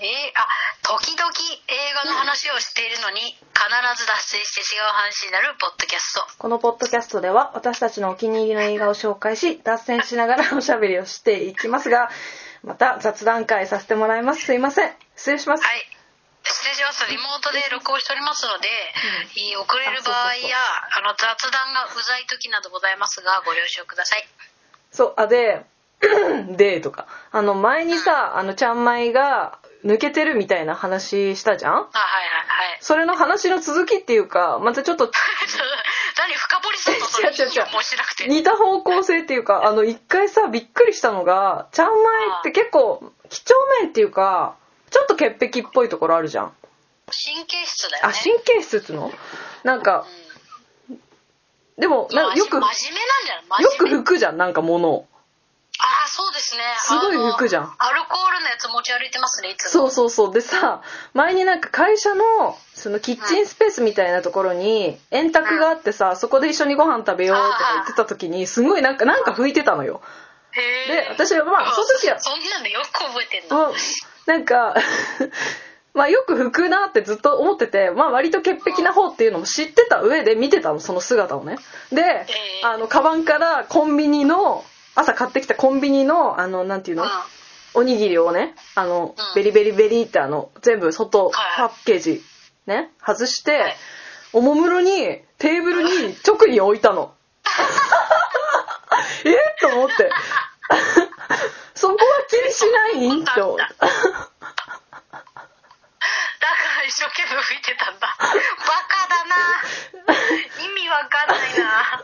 えーあ時々映画の話をしているのに必ず脱線して違う話になるポッドキャストこのポッドキャストでは私たちのお気に入りの映画を紹介し脱線しながらお しゃべりをしていきますがまた雑談会させてもらいますすいません失礼します、はい失礼しますリモートで録音しておりますので、いい遅れる場合やあの雑談がうざい時などございますがご了承くださいそうあで でとかあの前にさあのちゃんまいが抜けてるみたいな話したじゃんあはいはい はいそれの話の続きっていうかまたちょっと何深掘りするのそれいい違う違う違うよもうしなくて似た方向性っていうかあの一回さびっくりしたのがちゃんまいって結構几帳面っていうかちょっと潔癖っぽいところあるじゃん神経質だよあね神経質っつうのなんかでもうん、なよ真面目くよなんじゃないく真面目拭くじゃんなんか物をああそうですねすごいあの服じゃんアルコールのやつ持ち歩いてますねいつもそうそうそうでさ前になんか会社のそのキッチンスペースみたいなところに円卓があってさそこで一緒にご飯食べようとか言ってた時にすごいなんかなんか拭いてたのよへでー私はまあその時はそんなんでよく覚えてんの、もうなんか まあよく拭くなってずっと思ってて、まあ、割と潔癖な方っていうのも知ってた上で見てたのその姿をねでーあのカバンからコンビニの朝買ってきたコンビニのあのなんていうの、うんおにぎりをねあの、うんベリベリベリってあの全部外はパいッケージね外して、はいおもむろにテーブルに直に置いたの えっと思って そこは気にしないんって思ってだから一生懸命吹いてたんだバカだな 意味わかんないな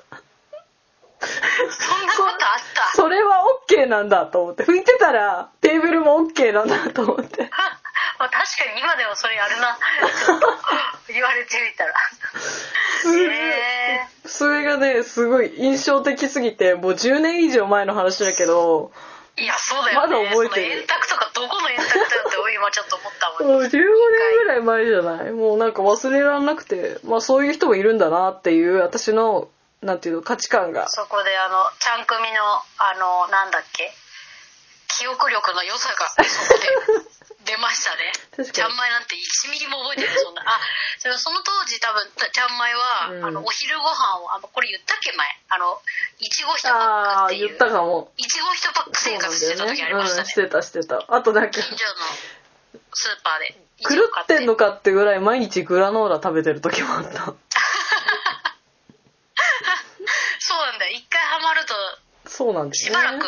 そんなことあった それは OK なんだと思って拭いてたらテーブルも OK なんだと思って まあ確かに今でもそれやる な言われてみたらすごいへーそれがねすごい印象的すぎてもう10年以上前の話だけどいやそうだよねまだ覚えてるその円卓とかどこの円卓だよって今ちょっと思ったもんもう15年ぐらい前じゃないもうなんか忘れられなくてまあそういう人もいるんだなっていう私のなんていうの価値観がそこであのちゃん組のあのなんだっけ記憶力の良さ がそこで出ましたね確かにちゃんまいなんて1ミリも覚えてないそんなあでもその当時多分ちゃんまいは、うんあのお昼ご飯をあのこれ言ったっけ前あのいちご一あパッあクってい言うったかもいちご一パックそう生なん活だしてたよ時あねりうまんしたねしてたしてたあとなんか近所のスーパーでいち 狂ご買ってんのかってぐらい毎日グラノーラ食べてる時もあったそうなんだよ一回ハマるとそうなんですしねばらく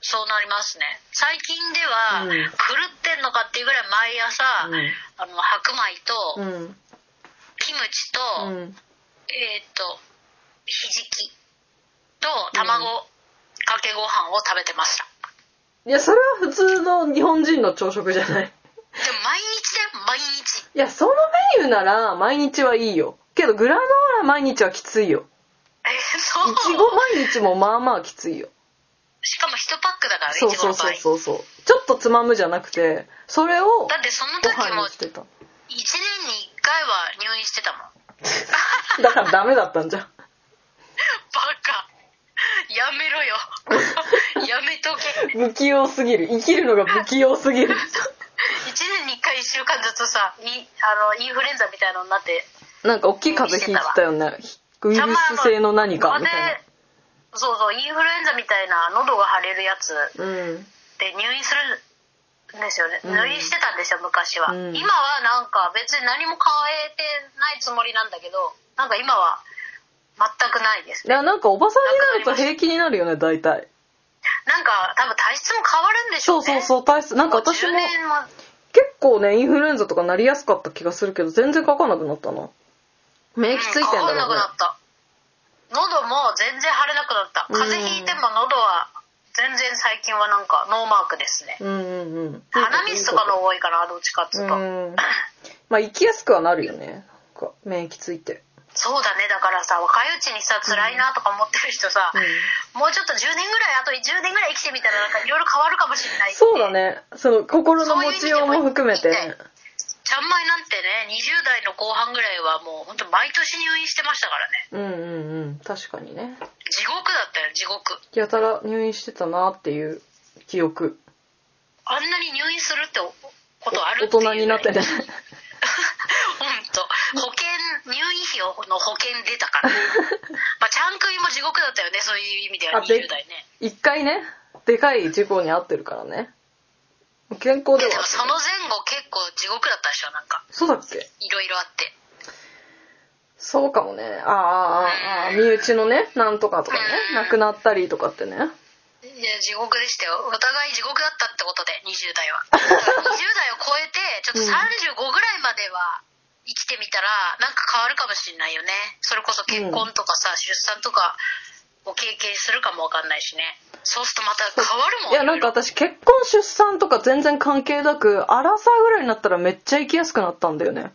そうなりますね最近では、うん狂ってんのかっていうぐらい毎朝、うんあの白米と、うんキムチと、うんえっ、とひじきと卵かけご飯を食べてましたいやそれは普通の日本人の朝食じゃないでも毎日だよ毎日いやそのメニューなら毎日はいいよけどグラノーラ毎日はきついよえそういちご毎日もまあまあきついよしかも1パックだからねいそうちごそうの場そう合そうそうちょっとつまむじゃなくてそれをだってそのご時飯もにしてた1年に1回は入院してたもんだからダメだったん じゃんバカやめろよ やめとけ不器用すぎる生きるのが不器用すぎ る1年に1回1週間ずつさいあのインフルエンザみたいなのになってなんか大きい風邪ひいてたよねウイルス性の何かここみでたいそうそうインフルエンザみたいな喉が腫れるやつなうんで入院するんですよね、うん入院してたんですよ昔は、うん今はなんか別に何も変えてないつもりなんだけどなんか今は全くないですいやなんかおばさんになると平気になるよね大体なんか多分体質も変わるんでしそょううそうねそそううう体質なんか私も10年は結構ねインフルエンザとかなりやすかった気がするけど全然かかんなくなったな免疫ついてんだうん、かろかんなうくねなった喉も全然腫れなくなった風邪ひいても喉は全然最近はなんかノーマークですねうんうんうん鼻水とかの方が多いかなどっちかっつうと、うんまあ生きやすくはなるよねなんか免疫ついて そうだねだからさ若いうちにさ辛いなとか思ってる人さ、うもうちょっと10年ぐらいあと10年ぐらい生きてみたらなんかいろいろ変わるかもしれないってそうだねその心の持ちようも含めてそういう意味でもちゃんまいなんてね20代の後半ぐらいはもう本当毎年入院してましたからねうんうんうん確かにね地獄だったよ地獄やたら入院してたなっていう記憶あんなに入院するっておことある大っていう人になってね 本当保険入院費の保険出た から、ね、まあちゃんくいも地獄だったよねそういう意味ではあで20代ね一回ねでかい事故に遭ってるからね健康いでやでもはその前後結構地獄だったでしょなんかそうだっけいろいろあってそうかもねああああああ身内のねなんとかとかね亡くなったりとかってねいや地獄でしたよお互い地獄だったってことで20代 はだから20代を超えてちょっと35ぐらいまでは生きてみたらなんか変わるかもしんないよねそれこそ結婚とかさ、出産とかを経験するかもわかんないしねそうするとまた変わるもんいやなんかろろ私結婚出産とか全然関係なくアラサーぐらいになったらめっちゃ生きやすくなったんだよね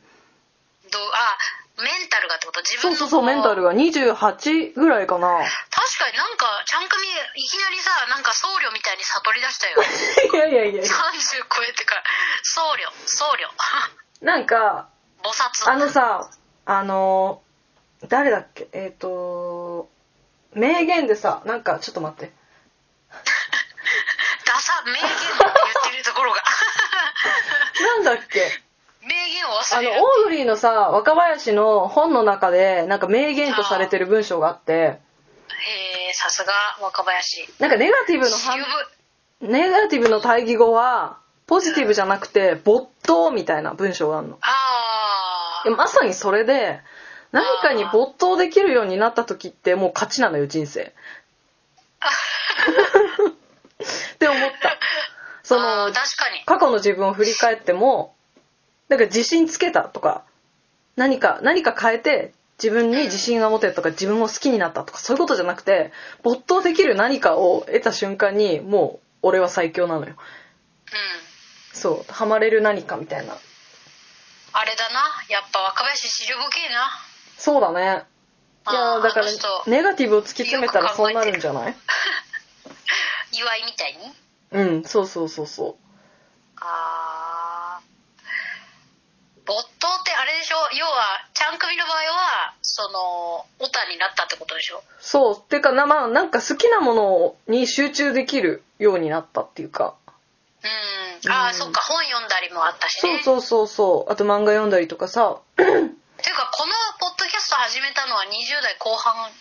どうあメンタルがってこと自そ分うのそうそうこメンタルが28ぐらいかな確かになんかちゃんくみいきなりさなんか僧侶みたいに悟り出した よいやいやいやいや30超えてから僧侶僧侶 なんか菩薩あのさあの誰だっけえっ、と名言でさなんかちょっと待ってダサ名言って言ってるところが なんだっけ名言をあ忘のれるオードリーのさ若林の本の中でなんか名言とされてる文章があってへえさすが若林なんかネガティブの渋反いネガティブの対義語はポジティブじゃなくて没頭みたいな文章があるのあでーまさにそれで何かに没頭できるようになった時ってもう勝ちなのよ人生 って思ったそあのー確かに過去の自分を振り返ってもなんか自信つけたとか何か何か変えて自分に自信が持てたとか自分を好きになったとかそういうことじゃなくて没頭できる何かを得た瞬間にもう俺は最強なのようんそうハマれる何かみたいなあれだなやっぱ若林渋けえなそうだねいやあーだかあのら人ネガティブを突き詰めたらそうなるんじゃない岩井みたいにうんそうそうそうそあー没頭ってあれでしょ要はちゃん組の場合はそのオタになったってことでしょうそうっていうかなまあなんか好きなものに集中できるようになったっていうかうんああ、うんそっか本読んだりもあったしそうねそうそうそうあと漫画読んだりとかさていうかこのポッドキャスト始めたのは20代後半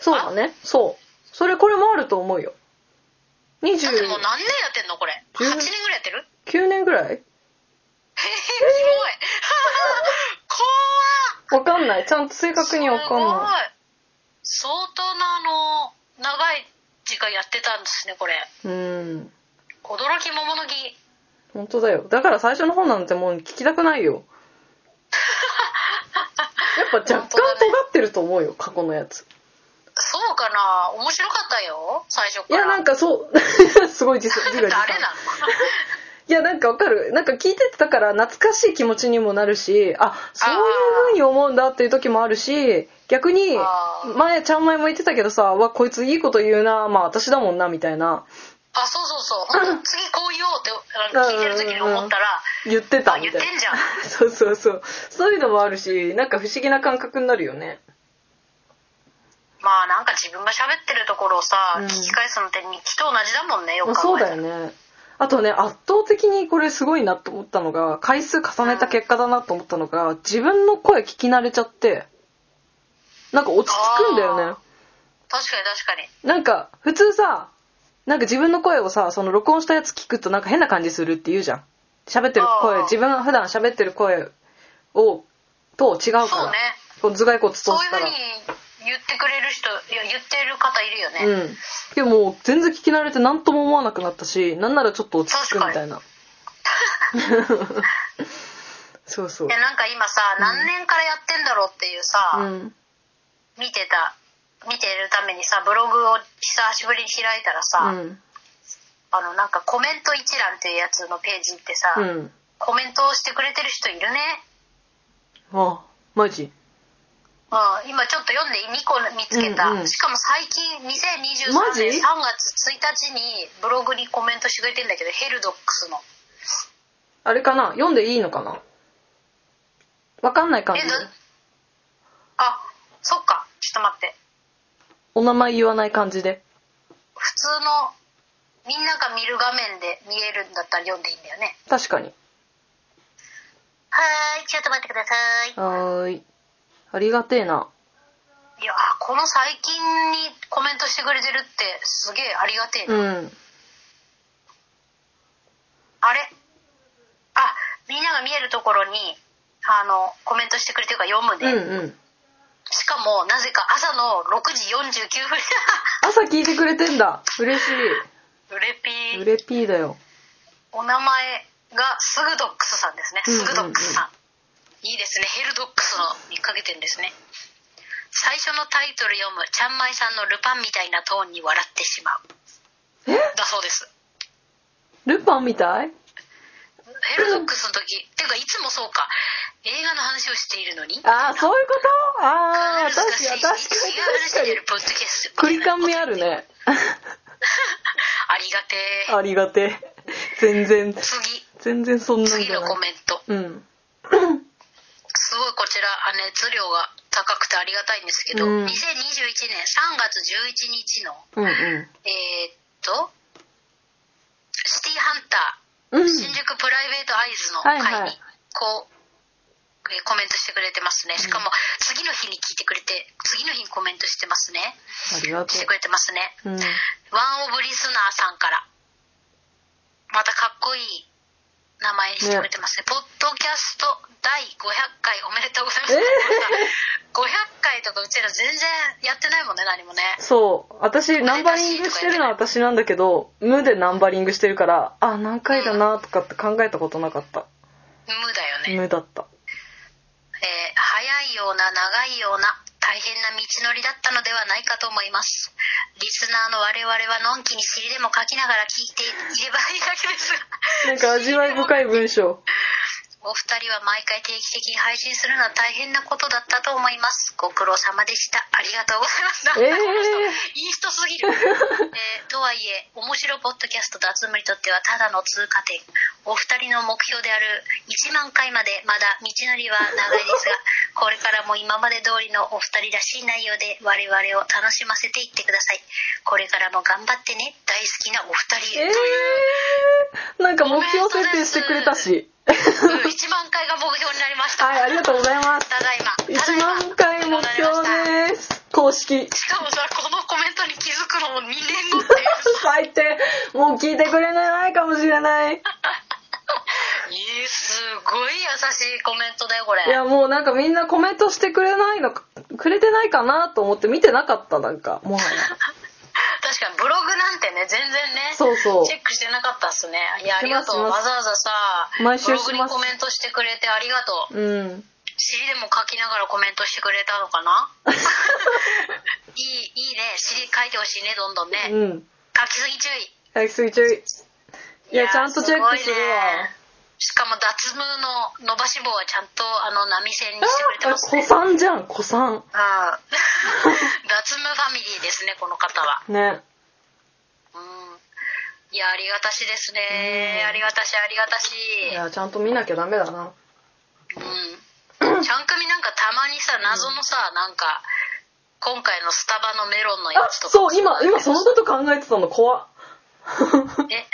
そうだねそうそれこれもあると思うよだってもう29何年やってんのこれ十8年ぐらいやって る年ぐらいえー、すごい怖っわかんないちゃんと正確にわかんないすごい相当なあの長い時間やってたんですねこれうん驚き桃の木本当だよだから最初の本なんてもう聞きたくな いよやっぱ若干尖ってると思うよ過去のやつそうかな面白かったよ最初いからやなんかそう すごい自信自 誰画自なの賛いやなんかわかるなんか聞いててだから懐かしい気持ちにもなるしあそういう風に思うんだっていう時もあるし逆にあー前ちゃんまいも言ってたけどさうわこいついいこと言うなまあ私だもんなみたいなあそうそうそう 本当次こう言おうってあの聞いてる時に思ったら言ってたあみ言ったいてなんじゃん そうそうそうそういうのもあるしなんか不思議な感覚になるよねまあなんか自分が喋ってるところをさ、うん聞き返すのって日記と同じだもんねよまあくそ考うえたら、だよねあとね圧倒的にこれすごいなと思ったのが回数重ねた結果だなと思ったのが自分の声聞き慣れちゃってなんか落ち着くんだよねあ確かに確かになんか普通さなんか自分の声をさその録音したやつ聞くとなんか変な感じするって言うじゃん喋ってるあ声ー自分が普段喋ってる声をと違うからそうねこの頭蓋骨通しそういうふたうらに言ってくれる人いや言ってる方いるよね、うんでももう全然聞き慣れて何とも思わなくなったしなんならちょっと落ち着くみたいなそうそういやなんか今さ何年からやってんだろうっていううさ、ん見てた見てるためにさブログを久しぶりに開いたらうさ、んあのなんかコメント一覧っていうやつのページってさ、うんコメントをしてくれてる人いるねあマジうん、今ちょっと読んで2個見つけた、うんうんしかも最近マジ2023年3月1日にブログにコメントしてくれてんだけどヘルドックスのあれかな読んでいいのかなわかんない感じえなあそっかちょっと待ってお名前言わない感じで普通のみんなが見る画面で見えるんだったら読んでいいんだよね確かにはーい、ちょっと待ってください。はーい。ありがてえな。いやーこの最近にコメントしてくれてるってすげえありがてえな、うん。あれあみんなが見えるところにあのコメントしてくれてるから読むうんね、うん。しかもなぜか朝の6時49分朝聞いてくれてんだ。嬉しうれぴい。ーうれぴーだよ。お名前がスグドックスさんですね。うんうんうんスグドックスさん。いいですね。ヘルドックスのにかけてんですね。最初のタイトル読む、ちゃんまいさんのルパンみたいなトーンに笑ってしまう。えだそうです。ルパンみたいヘルドックスの時、てかいつもそうか。映画の話をしているのに。ああ、う。そういうことああ、必確ずかに、し違確う話かしてるに、ポッドキャスト確かに。みたいな食い感味ある。ね。ありがてえ。ありがてえ。全然、次、全然そんなん次じのゃないコ。メント。うん。すごいこちらあ熱量が高くてありがたいんですけど、う2021ん年3月11日のうんうん。えー、っとシティハンタうーん。新宿プライベートアイズのはい会はにいこう、えーコメントしてくれてますねしかも次の日に聞いてくれて次の日にコメントしてますねありがとしてくれてますねう。うん。ワンオブリスナーさんからまたかっこいい名前してくれてますねポッドキャスト第500回おめでとうございます、500回とかうちら全然やってないもんね何もねそう。私、ナンバリングしてるのは私なんだけど、無でナンバリングしてるから、あ、何回だなとかって考えたことなかった。無だよね、無だった。えー早いような長いような大変な道のりだったのではないかと思いますリスナーの我々はのんきに尻でも書きながら聞いていればいいだけですがなんか味わい深い文章。お二人は毎回定期的に配信するのは大変なことだったと思いますご苦労様でしたありがとうございますなんだこの人いい人すぎる、えーとはいえ面白ポッドキャスト脱無にとってはただの通過点お二人の目標である1万回までまだ道のりは長い ですがこれからも今まで通りのお二人らしい内容で我々を楽しませていってくださいこれからも頑張ってね大好きなお二人えへという ー、なんか目標設定してくれたし。うん1万回が目標になりましたはい、ありがとうございます。ただいま1ただいま万回目標です。公式。しかもさこのコメントに気づくのも2年後っていう最低。もう聞いてくれないかもしれない。いやすごい優しいコメントだよこれいや、もうなんかみんなコメントしてくれないのか、くれてないかなと思って見てなかった、なんか、もはや。確かにブログなんてね全然ねそうそうチェックしてなかったっすねいやあしてりまがすとうわざわざさ毎週ブログにしますコメントしてくれてありがとううん。尻でも書きながらコメントしてくれたのか ないいいいね尻書いてほしいねどんどんね、うん。書きすぎ注意早く水注意。いや、ちゃんとチェックするわ。ね、しかも脱毛の伸ばし棒はちゃんとあの波線にしてくれてあ、ます子ねさんじゃん、子さん。あ あ脱毛ファミリーですねこの方はね。うんいやありがたしですね、うんありがたしありがたしいや、ちゃんと見なきゃダメだな。 うんちゃんくみなんかたまにさ謎のさなんか今回のスタバのメロンのやあ、つとかそう、今、今そのこと考えてたの、怖っ。え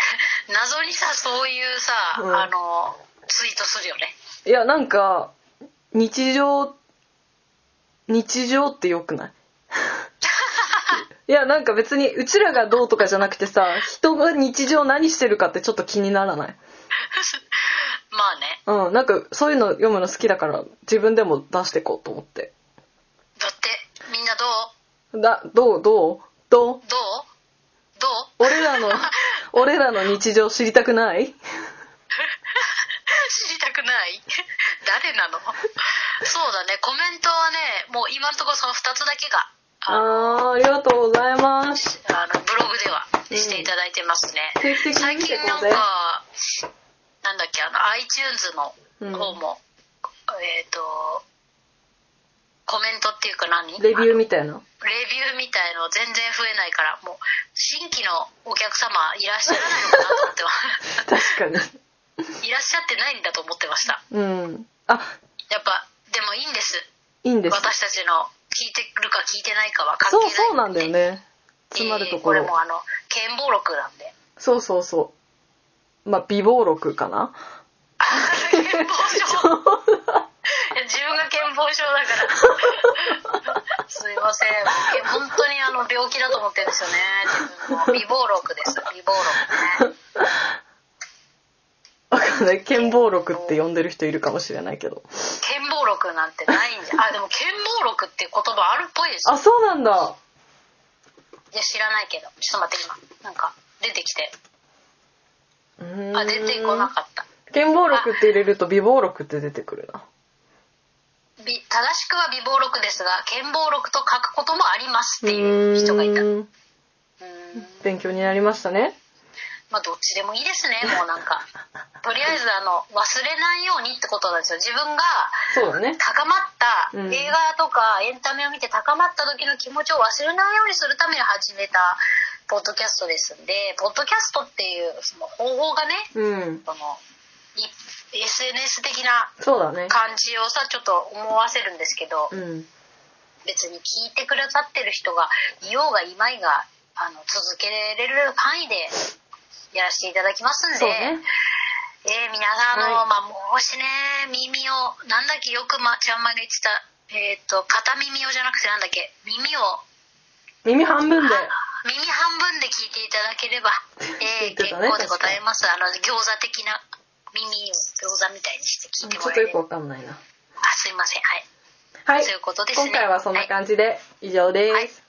謎にさそういうさ、うんあのツイートするよねいや、なんか、日常、日常ってよくない いや、なんか別に、うちらがどうとかじゃなくてさ、人が日常何してるかってちょっと気にならない。まあねうん、なんかそういうの読むの好きだから、自分でも出していこうと思って。だってみんなどうだ、どう、どう、どどう、うどう俺 らの、俺らの日常知りたくない知りたくない 誰なの そうだねコメントはねもう今のところその2つだけがあー、ありがとうございます。あのブログではしていただいてますね、定期的に最見て近いなこんうかぜ。なんだっけあの iTunes の方も、えっ、とコメントっていうか何レビュあのーレビューみたいな。みたいの全然増えないからもう新規のお客様いらっしゃらないのかなと思ってま確かに。す いらっしゃってないんだと思ってましたうん。あ、やっぱでもいいんですいいんです。私たちの聞いてるか聞いてないかは関係そなういそうなんだよね詰まるとこえーこれろ、もあの健忘録なんでそうそうそうまあ美貌録かな あ健忘症い や自分が健忘症だから すいませんけ本当にあの病気だと思ってるんですよね自分も微暴録です微暴録ねわかんない健忘録って呼んでる人いるかもしれないけど健忘録なんてないんじゃあでも健忘録っていう言葉あるっぽいですよあそうなんだいや知らないけどちょっと待って今なんか出てきてうーんあ出てこなかった健忘録って入れると微忘録って出てくるなび正しくは微暴録ですが健忘録と書くこともありますうっていう人がいたうーんーん勉強になりましたねまあどっちでもいいですねもうなん かとりあえずあの忘れないようにってことなんですよ自分がそうだね高まった、うん映画とかエンタメを見て高まった時の気持ちを忘れないようにするために始めたポッドキャストですんでポッドキャストっていうその方法がねうんそのい SNS 的なそうだね感じをさちょっと思わせるんですけど、うん別に聞いてくださってる人がいようがいまいがあの続けれる範囲でやらせていただきますんで、そうねえー皆さんあの、はいまあ、もしね耳をなんだっけよくまちゃんまが言ってたえっ、と片耳をじゃなくてなんだっけ耳を耳半分で耳半分で聞いていただけれ ば、えー言って結たね構でございますあの餃子的な耳を餃子みたいにして聞いてちょもっらとえよるくわかんないなあすいませんはいはいそういうことですね今回はそんな感じで以上ですはい